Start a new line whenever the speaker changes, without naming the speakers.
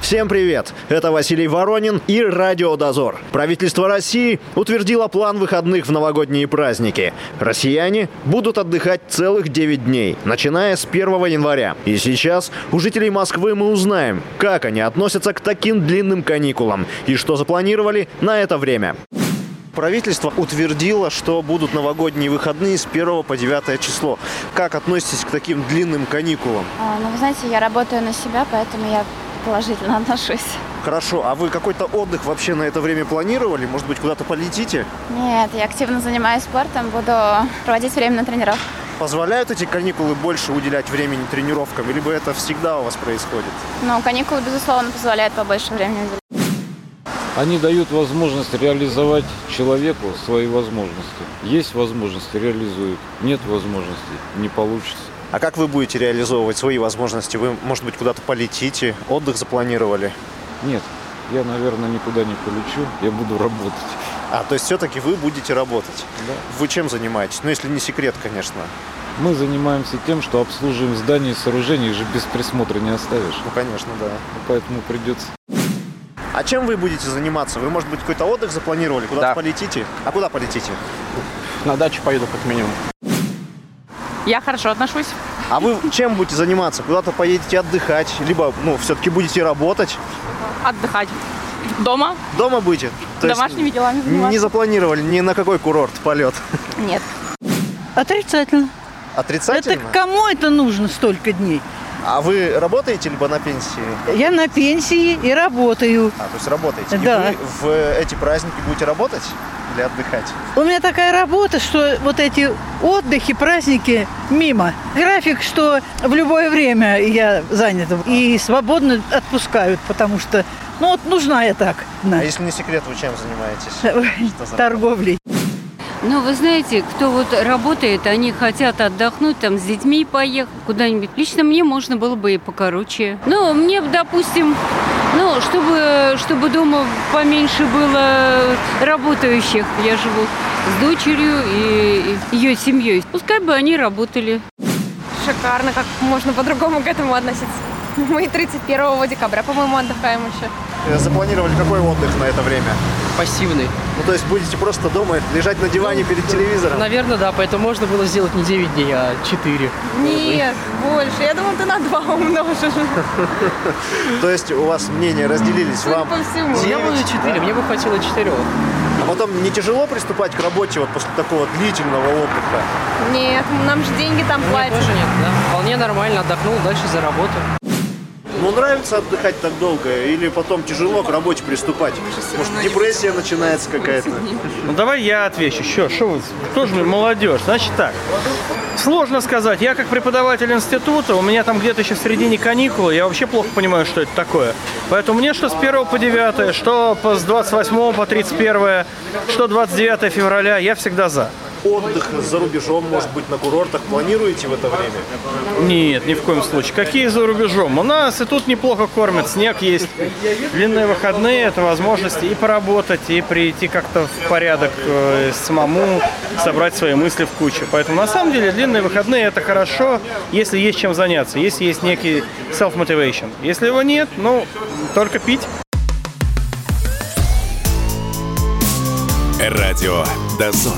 Всем привет! Это Василий Воронин и Радио Дозор. Правительство России утвердило план выходных в новогодние праздники. Россияне будут отдыхать целых 9 дней, начиная с 1 января. И сейчас у жителей Москвы мы узнаем, как они относятся к таким длинным каникулам и что запланировали на это время. Правительство утвердило, что будут новогодние выходные с 1 по 9 число. Как относитесь к таким длинным каникулам?
А, ну, вы знаете, я работаю на себя, поэтому я положительно отношусь.
Хорошо, а вы какой-то отдых вообще на это время планировали? Может быть, куда-то полетите?
Нет, я активно занимаюсь спортом, буду проводить время на тренировках.
Позволяют эти каникулы больше уделять времени тренировкам, либо это всегда у вас происходит?
Ну, каникулы, безусловно, позволяют побольше времени уделять.
Они дают возможность реализовать человеку свои возможности. Есть возможности – реализуют. Нет возможностей – не получится.
А как вы будете реализовывать свои возможности? Вы, может быть, куда-то полетите, отдых запланировали?
Нет, я, наверное, никуда не полечу, я буду работать.
А, то есть все-таки вы будете работать?
Да.
Вы чем занимаетесь? Ну, если не секрет, конечно.
Мы занимаемся тем, что обслуживаем здания и сооружения, их же без присмотра не оставишь.
Ну, конечно, да.
Поэтому придется.
А чем вы будете заниматься? Вы, может быть, какой-то отдых запланировали? Куда-то
Да.
полетите? А куда полетите?
На дачу поеду как минимум.
Я хорошо отношусь.
А вы чем будете заниматься? Куда-то поедете отдыхать? Либо, ну, все-таки будете работать?
Отдыхать. Дома
Дома будете? То есть
домашними делами
Не
заниматься.
запланировали ни на какой курорт полет?
Нет.
Отрицательно. Это
Отрицательно?
кому это нужно столько дней?
А вы работаете либо на пенсии?
Я на пенсии и работаю.
А, то есть работаете.
Да.
И вы в эти праздники будете работать или отдыхать?
У меня такая работа, что вот эти отдыхи, праздники мимо. График, что в любое время я занята и свободно отпускают, потому что, ну вот нужна я так. на-
А если не секрет, вы чем занимаетесь? А Что за
Торговлей.
Ну, вы знаете, кто вот работает, они хотят отдохнуть, там, с детьми поехать куда-нибудь. Лично мне можно было бы и покороче. Ну, мне, б, допустим, ну, чтобы, чтобы дома поменьше было работающих. Я живу с дочерью и ее семьей. Пускай бы они работали.
Шикарно, как можно по-другому к этому относиться. Мы 31 декабря, по-моему, отдыхаем еще.
Э, Запланировали какой отдых на это время?
пассивный. Ну,
Ну, то есть будете просто дома лежать на диване перед телевизором?
Наверное, да, поэтому можно было сделать не 9 дней, а 4.
Нет, больше. Я думала, ты на два умножишь.
То есть у вас мнения разделились
Судя
вам?
по всему.
Девять,
Ну, Я бы 4, мне бы хватило 4.
А потом не тяжело приступать к работе вот после такого длительного отдыха?
Нет, нам же деньги там
Мне
платят.
тоже нет, да. Вполне нормально, отдохнул, дальше за работу.
Ну, нравится отдыхать так долго или потом тяжело к работе приступать? Может, депрессия начинается какая-то?
Ну давай я отвечу. Что, что вы, кто же вы, молодежь? Значит так, сложно сказать. Я как преподаватель института, у меня там где-то еще в середине каникулы, я вообще плохо понимаю, что это такое. Поэтому мне что с 1 по 9, что по- с 28 по 31, что 29 февраля, я всегда за.
Отдых за рубежом, может быть, на курортах планируете в это время?
Нет, ни в коем случае. Какие за рубежом? У нас и тут неплохо кормят, снег есть. Длинные выходные – это возможность и поработать, и прийти как-то в порядок э, самому, собрать свои мысли в кучу. Поэтому на самом деле длинные выходные – это хорошо, если есть чем заняться, если есть некий self-motivation. Если его нет, ну, только пить.
Радио «Дозор».